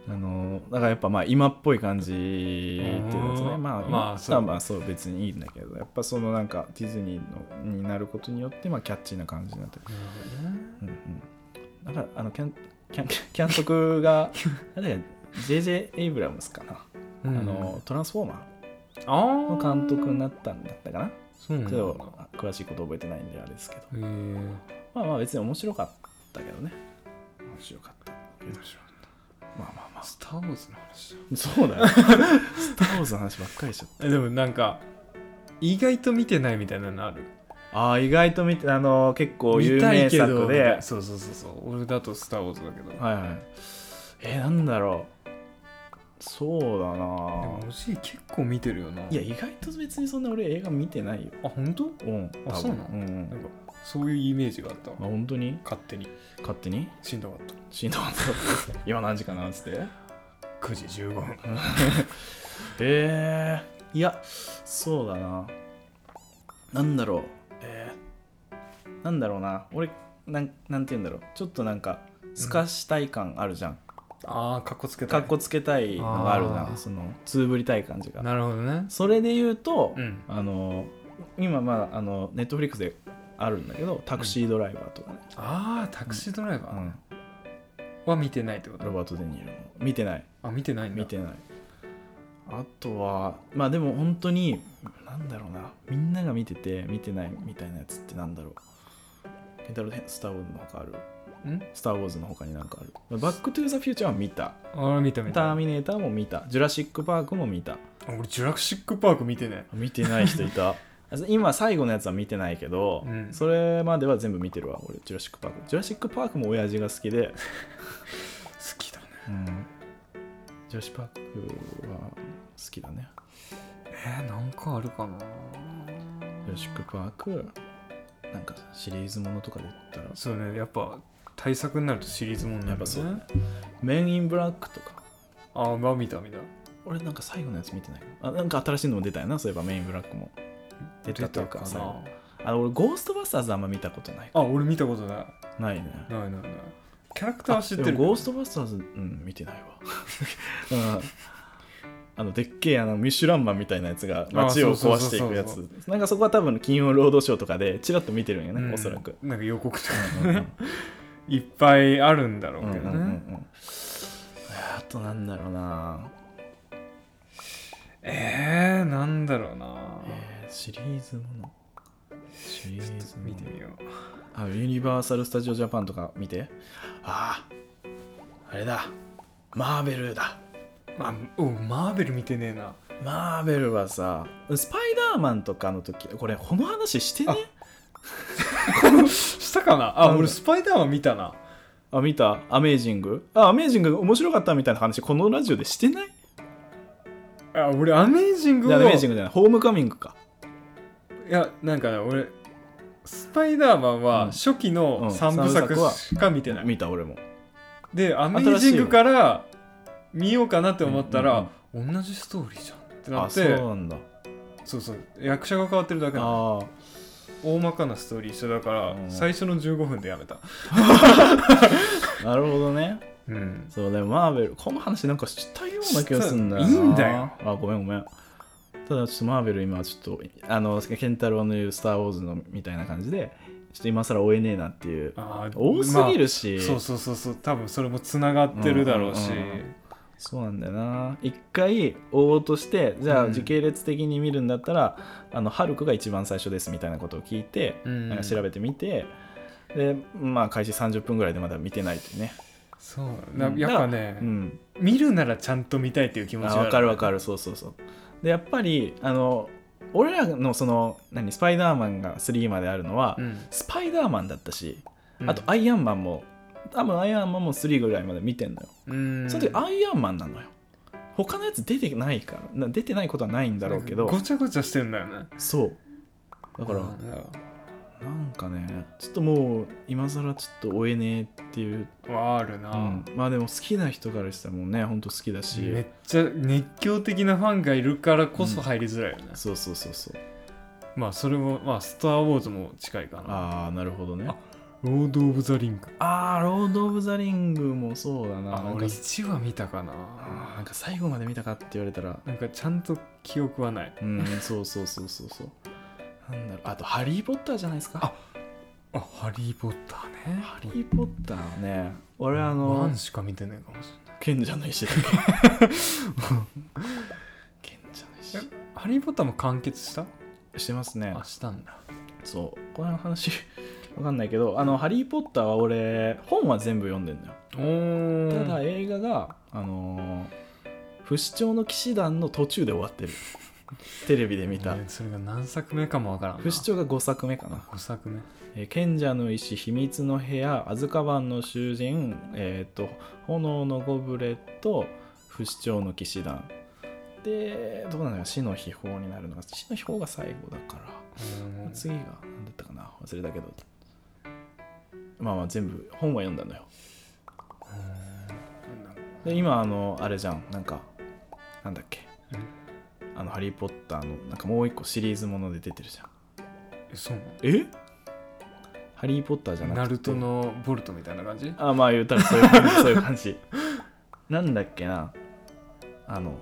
あのだからやっぱまあ今っぽい感じっていうですね
うん
ま
まあ
あ今
そう
まあそう別にいいんだけどやっぱそのなんかディズニーのになることによってまあキャッチーな感じになってる
あなるほどね
うんうんだからあのキャンキャンキャン 督があれ JJ エイブラムスかな、
うん
あのトランスフォーマ
あー
ーの監督になったんだったかな
そうなん
ち
だ
ょっと詳しいこと覚えてないんであれですけど
へえ
まあまあ別に面白かったけどね面白かったまあまあまあ
スター・ウォーズの話だ
そうだよ。スター・ウォーズの話ばっかりしちゃっ
えでもなんか意外と見てないみたいなのある
た。 ああ、意外と見て、あのー、結構有名作
みたい
で
な。そうそうそうそう俺だと「スター・ウォーズ」だけど、
はいはい。えー、なんだろう。そうだ
で
な
もおじい結構見てるよない
や、意外と別にそんな俺映画見てないよ。
あ本当
うん。多分
そうなの
うんうん。
なんかそういうイメージがあったわ
まあ、本当に
勝手に
勝手に
しんどかった
しんど かった。今何時かなっつって。
9時15分
えー、いや、そうだな。なんだろう。えー、なんだろうな。俺、なんなんて言うんだろう。ちょっとなんか、透かしたい感あるじゃん。
ああかっこつけた
かっこつけたいのがある
あー
な。その、つぶりたい感じが。
なるほどね
それで言うと、
うん
あの、今、まあ、あの、ネットフリックスであるんだけど、タクシードライバーとかね。
ああタクシードライ
う
バ
ん
ーは見てないってこと、
ロバート・デ・ニーロの。見てない。
あ見てないんだ
見てないあとはまあでも本当になんだろうなみんなが見てて見てないみたいなやつってなんだろうケンタロウスター・ウォーズの他ある
ん
スター・ウォーズの他になんかあるまあバック・トゥ・ザ・フューチャーは見た
ああ見た見
タ
た
ーミネーターも見たジュラシック・パークも見た
俺ジュラシック・パーク見てない
見てない人い た今最後のやつは見てないけど、
うん
それまでは全部見てるわ俺ジュラシック・パークジュラシック・パークも親父が好きで
好きだね
うんジュラシック・パークは好きだね
えー、なんかあるかな
ヨシックパークなんかシリーズものとかで言ったら
そうねやっぱ対策になるとシリーズもんな
や
ん
っ
だね
ぱそうだねメン・イン・ブラックとか
ああまあ見た見た
俺なんか最後のやつ見てないなあなんか新しいのも出たよなそういえばメインブラックも出たというか
出た
さ
かな
あ俺ゴーストバスターズあんま見たことない
あ俺見たことない
ないね
ないないないキャラクターは知って
で
る
もゴーストバスターズうん見て ないわうんあのでっけえあのミシュランマンみたいなやつが街を壊していくや
そうそう
つなんかそこは多分金曜ロードショーとかでチラッと見てるんやね、
うん
おそらく
なんか予告とか
うんうんうん
いっぱいあるんだろ
う
うんけ
うん
ど
うんう
ね
んあとなんだろうな、
えー、なんだろうな
えーシリーズものシリーズもの
見てみよう
あユニバーサル・スタジオ・ジャパンとか見てあああれだマーベルだ
あうんマーベル見てねえな
マーベルはさスパイダーマンとかの時これこの話してね
したかな
なん
あ
だ
俺スパイダーマン見たな
あ見たアメージングあアメージング面白かったみたいな話このラジオでしてない
あ俺アメージング
い
を
やアメージングじゃないホームカミングか
いやなんかね俺スパイダーマン
うん
は初期
うん
の3部
三部作は
作しか見てない、
見た俺も
でアメージン
新しい
グ
の
から見ようかなって思った
うん
ら、同じストーリーじゃんってな
あ
っ
そう
て
なんだ
そうそう役者が変わってるだけなの
ああ
大まかなストーリー一緒だから、
うん
最初の15分でやめた
なるほどね
うん
そうね、マーベル、この話なんかしたような気がするんだよ
したいいんだよ。
あ、ごめんごめん。ただ、ちょっとマーベル今、ちょっと、あの、ケンタロウの言うスター・ウォーズのみたいな感じで、ちょっと今更追えねえなっていう。
あー
多すぎるし、
まあそうそうそうそう多分それもつながってるだろうし、
うんうんうんうんそうなんだよな。一回追おうとして、じゃ
う
あ
ん
時系列的に見るんだったら、あの、ハルクが一番最初ですみたいなことを聞いて、
うん
なんか調べてみて、で、まあ、開始30分ぐらいでまだ見てないっていうね。
そうなやっぱね、
うん。
見るならちゃんと見たいっていう気持ち
あ
が
分かる分
る
かるそうそうそうでやっぱりあの俺らのその何スパイダーマンが3まであるのは、
うん
スパイダーマンだったし、
うん
あとアイアンマンも多分アイアンマンも3ぐらいまで見てんのよ、
うん
その時アイアンマンなのよ他のやつ出てないからな出てないことはないんだろうけど
ごちゃごちゃしてんだよね
そうだから、
ら
なんかねちょっともう今更ちょっと追えねえっていう、
はあるな、
うんまあでも好きな人からしたらもうねほんと好きだし
めっちゃ熱狂的なファンがいるからこそ入りづらいよね、
そうそうそうそう
まあそれもまあスター・ウォーズも近いかな
ああなるほどね
あロード・オブ・ザ・リング
あー、ロード・オブ・ザ・リングもそうだ
あ
な。なんか
俺1話見たかな
あーなんか最後まで見たかって言われたら、
なんかちゃんと記憶はない
うん、そうそうそうそうそう。なんだろう、あと、ハリー・ポッターじゃないですか。
ああハリー・ポッターね
ハリー・ポッターはね、俺、あ
ワ
の
ン、しか見てないかもしれ
賢者の 石だけ。賢者の石
ないえハリー・ポッターも完結した
してますね
あ。したんだ
そう、この話、 わかんないけど、あの、ハリー・ポッターは俺、本は全部読んでんだよ。
おー
ただ、映画が、あのー、不死鳥の騎士団の途中で終わってる。テレビで見た。
俺それが何作目かもわからんな
不死鳥が5作目かな、
5作目
えー賢者の石秘密の部屋アズカバンの囚人、えー、と炎のゴブレット不死鳥の騎士団でどうなのよ死の秘宝になるのが死の秘宝が最後だから
うん
次が何だったかな忘れたけどまあまあ全部本は読んだのよで今あのあれじゃんなんかなんだっけあの「ハリー・ポッター」のなんかもう一個シリーズもので出てるじゃん
えそうなの
えハリー・ポッターじゃなくて
ナルトのボルトみたいな感じ
あまあ言うたらそういう感じそういう感じ なんだっけなあの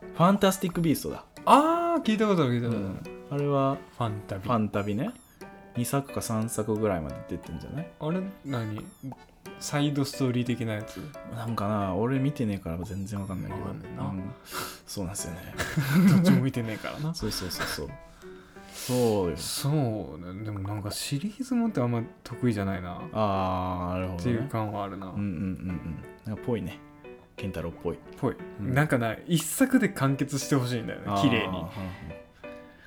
ファンタスティック・ビーストだ、
ああ聞いたことある聞いた
う
ことある、
ん、あれは
ファンタビ
ファンタビね2作か3作ぐらいまで出てんじゃない
あれ何サイドストーリー的なや つ
なんかな俺見てねえから全然わかんないけど
わかんねえな
うんそうなんです よね
どっちも見てねえからな
そうそうそうそうそうよ
そうねでもなんかシリーズもってあんま得意じゃないなっ
ああなるほ
て
ど、
いう
ね、
感はあるな、
うんうんうんうんなんかぽいねケンタロウっぽい
ぽい、
うん
なんかな一作で完結してほしいんだよね綺麗
あーうんうん
に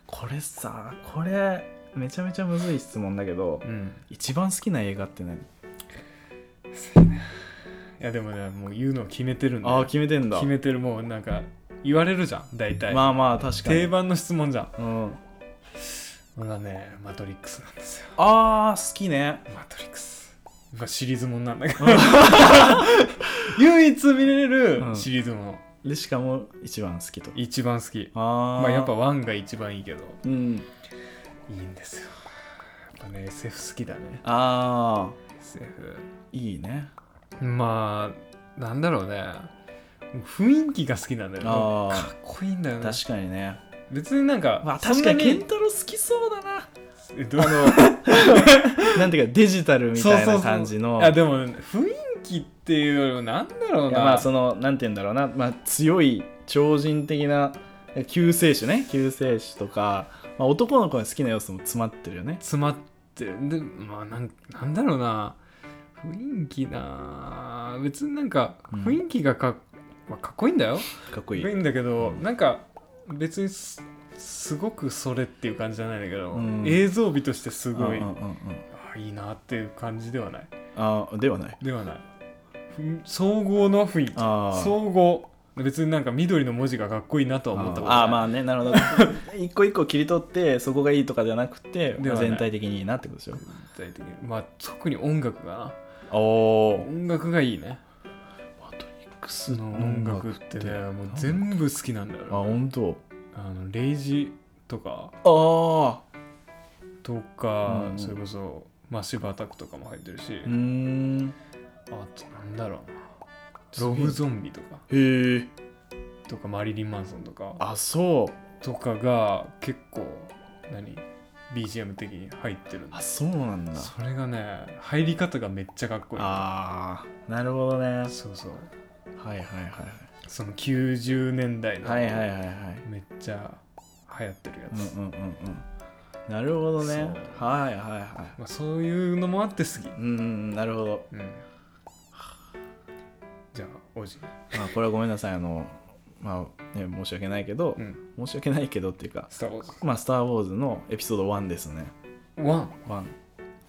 これさこれめちゃめちゃむずい質問だけど
うん
一番好きな映画って何
いやでもねもう言うのを決めてるんだよ
ああ決めてんだ
決めてるもうなんか言われるじゃん大体、
まあまあ確か
定
に、
番の質問じゃん
うん、
俺はねマトリックスなんですよ
ああ好きね
マトリックス まあシリーズもんなんだけど唯一見れるシリーズもの、
でしかも一番好きと
一番好き
あ
まあやっぱワンが一番いいけど
うん
いいんですよやっぱね SF 好きだね
ああ
SF
いいね
まあなんだろうね雰囲気が好きなんだよ
あー
かっこいいんだよね
確かにね、
別になんか、
まあ、
そん
確
な
かにケンタロウ好きそうだな
えどうあ
なんていうかデジタル
の
みたいな感じの
いやでも雰囲気っていうよりもなんだろう
い
な
やまあそのなんて言うんだろうな、まあ、強い超人的な救世主ね救世主とか、まあ、男の子が好きな要素も詰まってるよね
詰まってるでまあなんなんだろうな雰囲気な別になんか
うん
雰囲気がか,、まあ、かっこいいんだよか
かっこい
っこい
い
いんだけど、
うん
なんか別にすすごくそれっていう感じじゃないんだけど、
うん
映像美としてす
す
ごい、
うんうんうんうん、
あいいなっていう感じではない
あーではない
ではないふん総合の雰囲気
あー
総合別になんか緑の文字がかっこいいなとは思ったことない
あーまあねなるほど 一個一個切り取ってそこがいいとかじゃなくて
ではない
全体的にいいなってことでしょ
具体的にまあ特に音楽が
お
な
お
音楽がいいね
マトリックス
その音楽ってねもう全部好きなんだよ
あ
ね
本当
あのレイジとか
ああ
とか、
うん
それこそマッシブアタックとかも入ってるし、
うーん
あとなんだろうなロブゾンビとか
へえ
とかマリリン・マンソンとか
あそう
とかが結構何 BGM 的に入ってるんだ
あそうなんだ
それがね入り方がめっちゃかっこいい
ああなるほどねはい
そうそう
はいはい
その90年代の
はいはいはいはいはい
めっちゃ流行ってるや
うん
つ、
うんうんうんなるほどね
そう
はいはいは
まあ、そういうのもあって好き
いうんうんなるほど
うんじゃあおじ
まあこれはごめんなさいあのまあね申し訳ないけど
うん
申し訳ないけどっていうか
スター・ウォーズ
まあスター・ウォーズのエピソード1ですね
ワン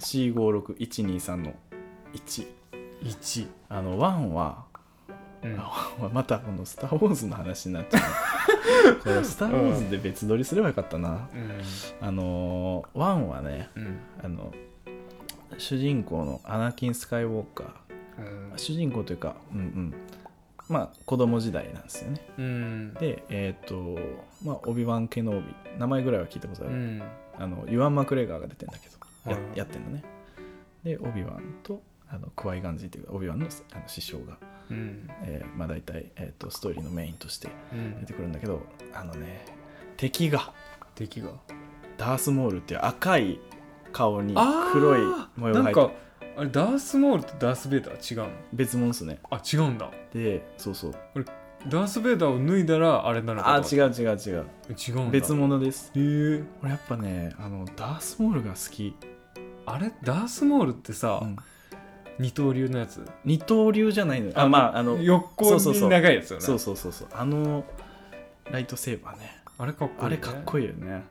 1456123の1
1
あの1は
うん
あワンはまたこの「スター・ウォーズ」の話になっちゃ うこれ「スター・ウォーズ」で別撮りすればよかったな、
うん
あのーワンはね
うん
あの主人公のアナキン・スカイウォーカ
うん
ー主人公というかうんうんまあ子供時代なんですよね
うん
でえっ、とまあオビワン・ケノービ名前ぐらいは聞いたことあ
う
る、
ん
あのユアン・マクレガーが出てんだけどや,、
はい
やってんのねでオビワンとあのクワイガンジーというかオビワンのあの師匠が、
うん
えーまあ、大体、えー、とストーリーのメインとして
う
出
ん
てくるんだけどあのね敵が
敵が
ダースモールっていう赤い顔に
あー
黒い模様が
な
入
ん
って
かあれダースモールとダース・ベイダーは違うの
別物ですね
あ違うんだ
でそうそう
ダース・ベイダーを脱いだらあれなのか
あ
と
違う違う違う
思った違うんだ
別物です
えー、
俺やっぱねあのダースモールが好き、
あれダースモールってさ、
うん
二刀流のやつ
二刀流じゃないのよあまああの
横に長いやつよね
そうそうそうそうあのライトセーバーね
あれかっこいい、ね、
あれかっこいいよね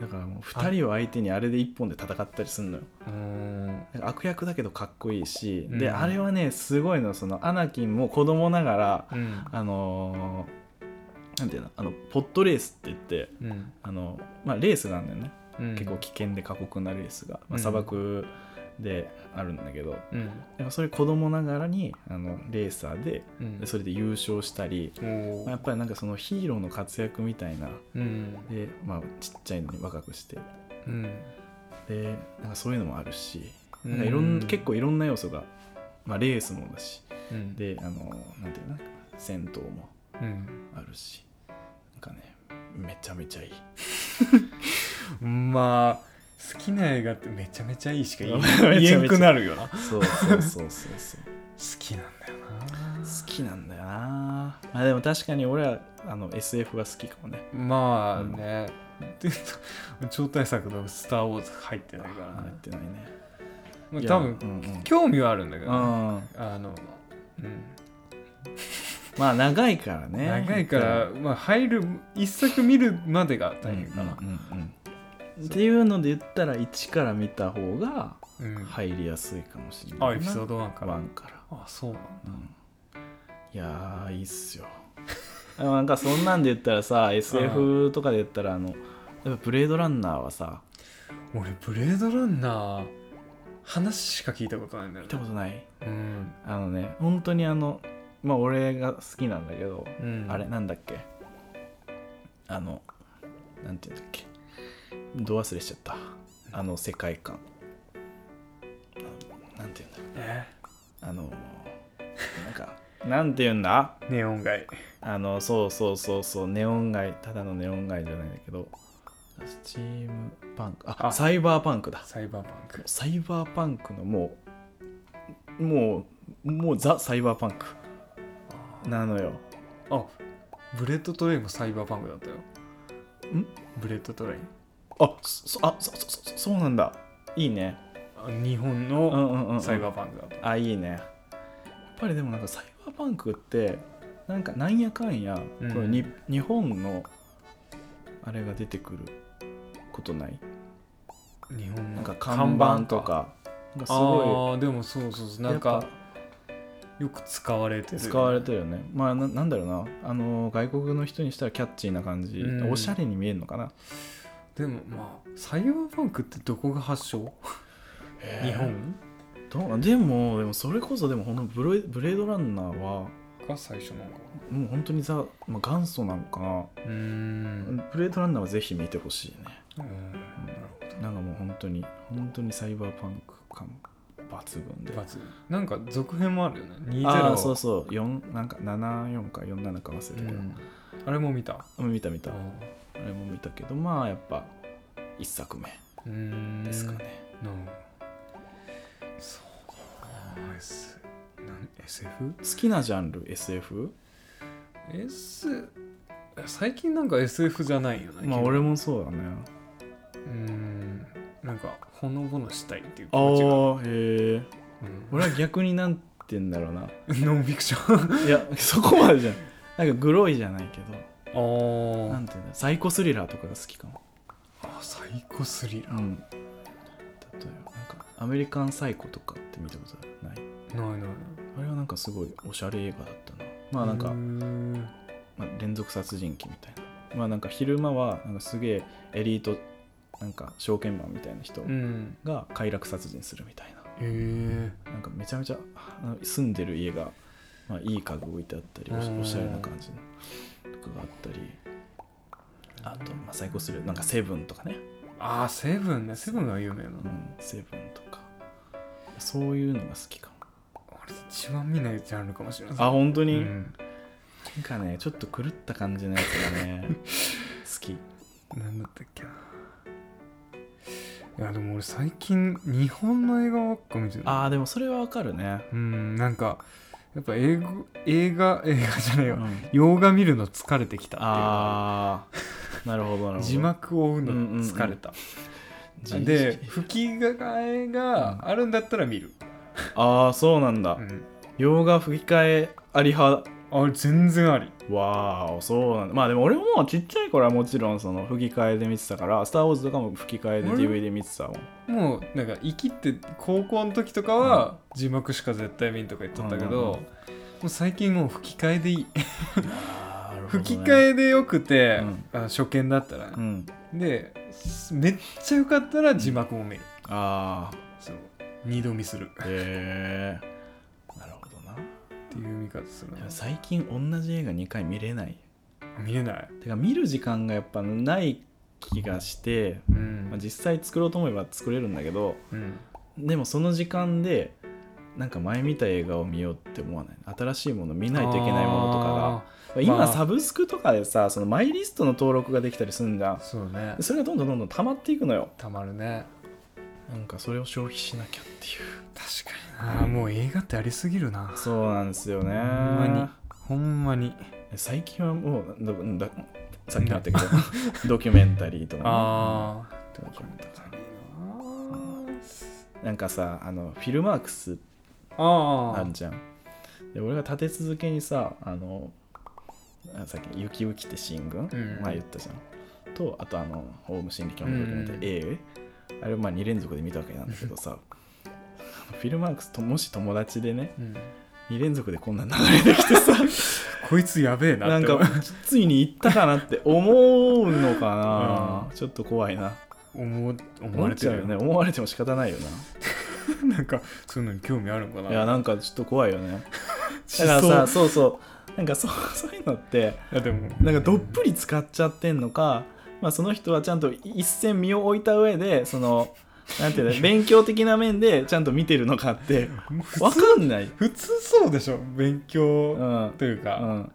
だからもう2人を相手にあれで一本で戦ったりするのよ
うーん
なんか悪役だけどかっこいいし、
うん
であれはねすごいのそのアナキンも子供ながら
うん
あのーなんていうのあのポットレースって言って
うん
あの、まあ、レースがあるんだよね、
うん
結構危険で過酷なレースが、
う
まあ、
ん
砂漠であるんだけど、
うん
やっぱそれ子供ながらにあのレーサーで
うん
でそれで優勝したり、
お
まあ、や
ー
っぱりなんかそのヒーローの活躍みたいな
うん
で、まあ、ちっちゃいのに若くして
うん
でなんかそういうのもあるし
うん
なんかいろん、結構いろんな要素が、まあ、レースもだし
うん
であのなんていうの戦闘も
うん
あるしなんかねめちゃめちゃいい
まあ好きな映画ってめちゃめちゃいいしか言
めちゃめ
え
ち ゃ
言えんくなるよな好
そうそうそうそうそう
きなんだよな
好きなんだよなまあでも確かに俺はあの SF が好きかもね
まあね、で超大作の「スター・ウォーズ」入ってないから
や
ね
っ、てないね
まあ、
いや
多
う
分
んうん
興味はあるんだけどね、
うん
あのうん
まあ長いからね
長いから、まあ、入る一作見るまでが大変かな
う、んうんうんっていうので言ったら1から見た方が
うん
入りやすいかもしれないな、
あエピソード1から
1から、
あそうなんだ
うんいやーいいっすよ あのなんかそんなんで言ったらさ SF とかで言ったらあのやっぱブレードランナーはさ
俺ブレードランナー話しか聞いたことないんだよ
見
ね
たことない
うん
あのね本当にあのまあ俺が好きなんだけど、
うん
あれなんだっけあのなんていうんだっけど忘れしちゃったあの世界観あなんていうんだ
え
あのなんか なんていうんだ
ネオン街
あのそうそうそうそうネオン街ただのネオン街じゃないんだけどスチームパンクあ
あ
サイバーパンクだ
サイバーパンク
サイバーパンクのもうもうもうザ・サイバーパンクなのよ
あブレッドトレインもサイバーパンクだったよ
ん
ブレッドトレイン
あそそあそそそそそうなんだいいね
あ日本
う
の
んうんうん
サイバーパンクだった、
あいいねやっぱりでもなんかサイバーパンクってなんかなんやかんや、
うん
このに日本のあれが出てくることない
日本の
なんか看板とかなんかすご
ああでもそうそうそう
い
なん
やっ
か
ぱ
よく使われてる
使われてるよねまあななんだろうなあの外国の人にしたらキャッチーな感じ、
うん
おしゃれに見えるのかな
でもまあサイバーパンクってどこが発 祥日本
どうでもでもそれこそでもこのブレブレードランナーは
が最初なのか
もう本当にザ、まあ、元祖なのかな、
なうーん
ブレードランナーはぜひ見てほしいね
うん
なんかもう本当に本当にサイバーパンク感抜群で
バツなんか続編もあるよね20
ああそうそう4なんか74か47か忘れたけど、
うんあれも見た
うん見た見たあ
あ
れも見たけどまあやっぱ一作目
ーうーん
ですかね、
うんそうか S なん SF?
好きなジャンル SF?
S 最近なんか SF じゃないよね
まあ
基本
俺もそうだね
うーんなんかほのぼのしたいっていう気
あ
持ちが、
あへえ
うん
俺は逆になんて言うんだろうな
ノンフィクショ ン
いやそこまでじゃん なんかグロいじゃないけどな
あ
んて言うんだサイコスリラーとかが好きかも
あサイコスリラ
う
ー
ん例えばなんかアメリカンサイコとかって見たことない
ないないない
あれはなんかすごいおしゃれ映画だったなまあなんか、
うーん
まあ、連続殺人鬼みたいなまあなんか昼間はなんかすげえエリートなんか証券マンみたいな人
うん
が快楽殺人するみたいな、
へえ
なんかめちゃめちゃあの住んでる家が、まあ、いい家具置いてあったりおし
うん
おしゃれな感じのとかがあったりあと、まあ、最高するなんかセブンとかね、
ああセブンねセブンが有名なの、
うん、セブンとかそういうのが好きかも
俺一番見ないジャンルかもしれない
あ本当
う
に、
ん、
なんかねちょっと狂った感じのやつがね 好き
なんだったっけないやでも俺最近日本の映画ばっか見てる
ああでもそれはわかるね、
うんなんかやっぱ英語映画映画じゃないよ、
うん
洋画見るの疲れてきたっていうのが
ああなるほどなるほど
字幕を追うの疲れた、
字幕
で吹き替えがあるんだったら見る、
ああそうなんだ、
うん
洋画吹き替えあり派
あ全然あり
わーおそうなんだまあでも俺ももうちっちゃい頃はもちろんその吹き替えで見てたから「スター・ウォーズ」とかも吹き替えで
あれ
DVD 見てたもん
もうなんか生きて高校の時とかは字幕しか絶対見んとか言っとったけど、
うんうんうん
もう最近もう吹き替えでいい、吹き
え
替えでよくて、
うん
あ初見だったらね、
うん
ですめっちゃよかったら字幕も見る、
ああ
そう二度見する
へえなるほどな
っていう見方する
で
な
も最近同じ映画2回見れない
見れない、
てか見る時間がやっぱない気がして、
うん
まあ、実際作ろうと思えば作れるんだけど
うん
でもその時間でなんか前見た映画を見ようって思わない新しいもの見ないといけないものとかがまあ今、
まあ
サブスクとかでさそのマイリストの登録ができたりするんじゃ
あーそうね
んそれがどんどんどんどん溜まっていくのよ
たまるね
なんかそれを消費しなきゃっていう
確かになもう映画ってありすぎるな
そうなんですよね
ほんまにほんまに
最近はもうだださっきも言ったけどドキュメンタリーとか、ね、
ああ
ドキュメンタリーなんかさあのフィルマークス
あ
あ
あ
んじゃんで俺が立て続けにさあのあさっき「雪浮きて進軍」
うん
前言ったじゃんとあとあの「ホーム真理教のドキュメンタリー A」あれをまあ2連続で見たわけなんだけどさ フィルマークスともし友達でね
うん
2連続でこんなん流れてき てさ
こいつやべえな
な
っ
ん
て思
か
う
ついに行ったかなって思うのかな、
う
ちょっと怖いな
思う思
思
わ
っ
れて
ちゃう
る
よ
よ
ね
ね
思われても仕方ないよ な
なんかそういうのに興味あるのかない
やなんかちょっと怖いよねだからさそうそうなんかそうそういうのって
あでも
なんかどっぷり使っちゃってんのか、まあ、その人はちゃんと一線身を置いた上でそのなんていうの勉強的な面でちゃんと見てるのかって
普
わ
通
かんない、
普通そうでしょ勉
う
強
ん
という
う
か、
ん、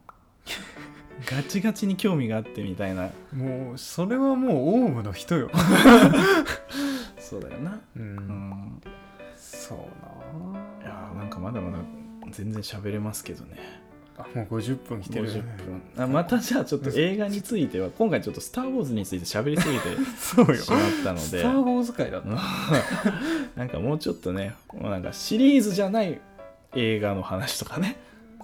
ガチガチに興味があってみたいな
もうそれはもうオウムの人よ、
そうだよな、
う、
うんん、
そう
い
な
やーなんかまだまだ全然喋れますけどね
あもう50分来てる
50分あまたじゃあちょっと映画については今回ちょっと「スター・ウォーズ」について喋りすぎて
そうよ
しまったの
ス
で
ター・ウォーズ界だった、
なんかもうちょっとねもうなんかシリーズじゃない映画の話とかね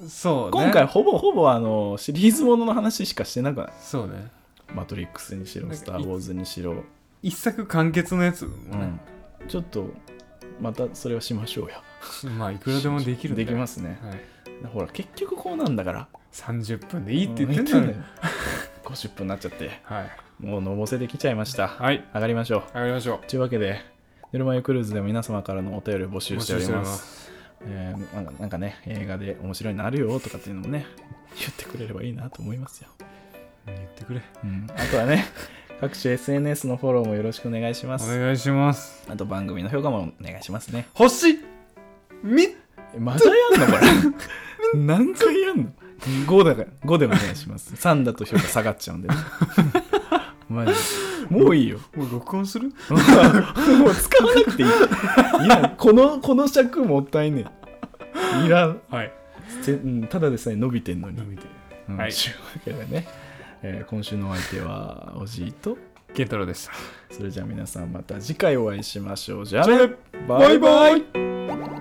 そうね
今回ほぼほぼあのシリーズものの話しかしてなくない
そうね
「マトリックス」にしろ
な
「
んか
スター・ウォーズ」にしろ、
一作完結のやつも
う
ね
ん、ちょっとまたそれはしましょうよ
まあいくらでもできるんだ
で
よ
きますね
はい、
ほら結局こうなんだから
30分でいいって
うん
言ってんだよ、
言50分になっちゃって
はい
もうのぼせてきちゃいました、
はい
上がりましょう
上がりましょ
というわけで、ぬるま湯クルーズでも皆様からのお便りを募
う
集しており
募集しており
ま。
ます
えーなんかなんかね、映画で面白いのあるよとかっていうのもね、言ってくれればいいなと思いますよ。
言ってくれ
うんあとはね、 各種 SNS のフォローもよろしくお願いしま
お
す。
願いします
あと番組の評価もお願いしますね。
星み
えまだやんのこれ。 何回やんの ?5 だから、5でお願いします。3だと 評価下がっちゃうんで、ね。 マジでもういいよ。
もう録音する
もう使わなくていい。 いや、この、この尺もったいねえ。いらん。
はい
ぜうんただでさえ伸びてんのに。
見て
うん
はい
というわけでね、えー今週のお相手はおじいと、
ケンタロウでした
それじゃあ皆さんまた次回お会いしましょう。じゃあ
じゃあ
ね、
ねバイバイ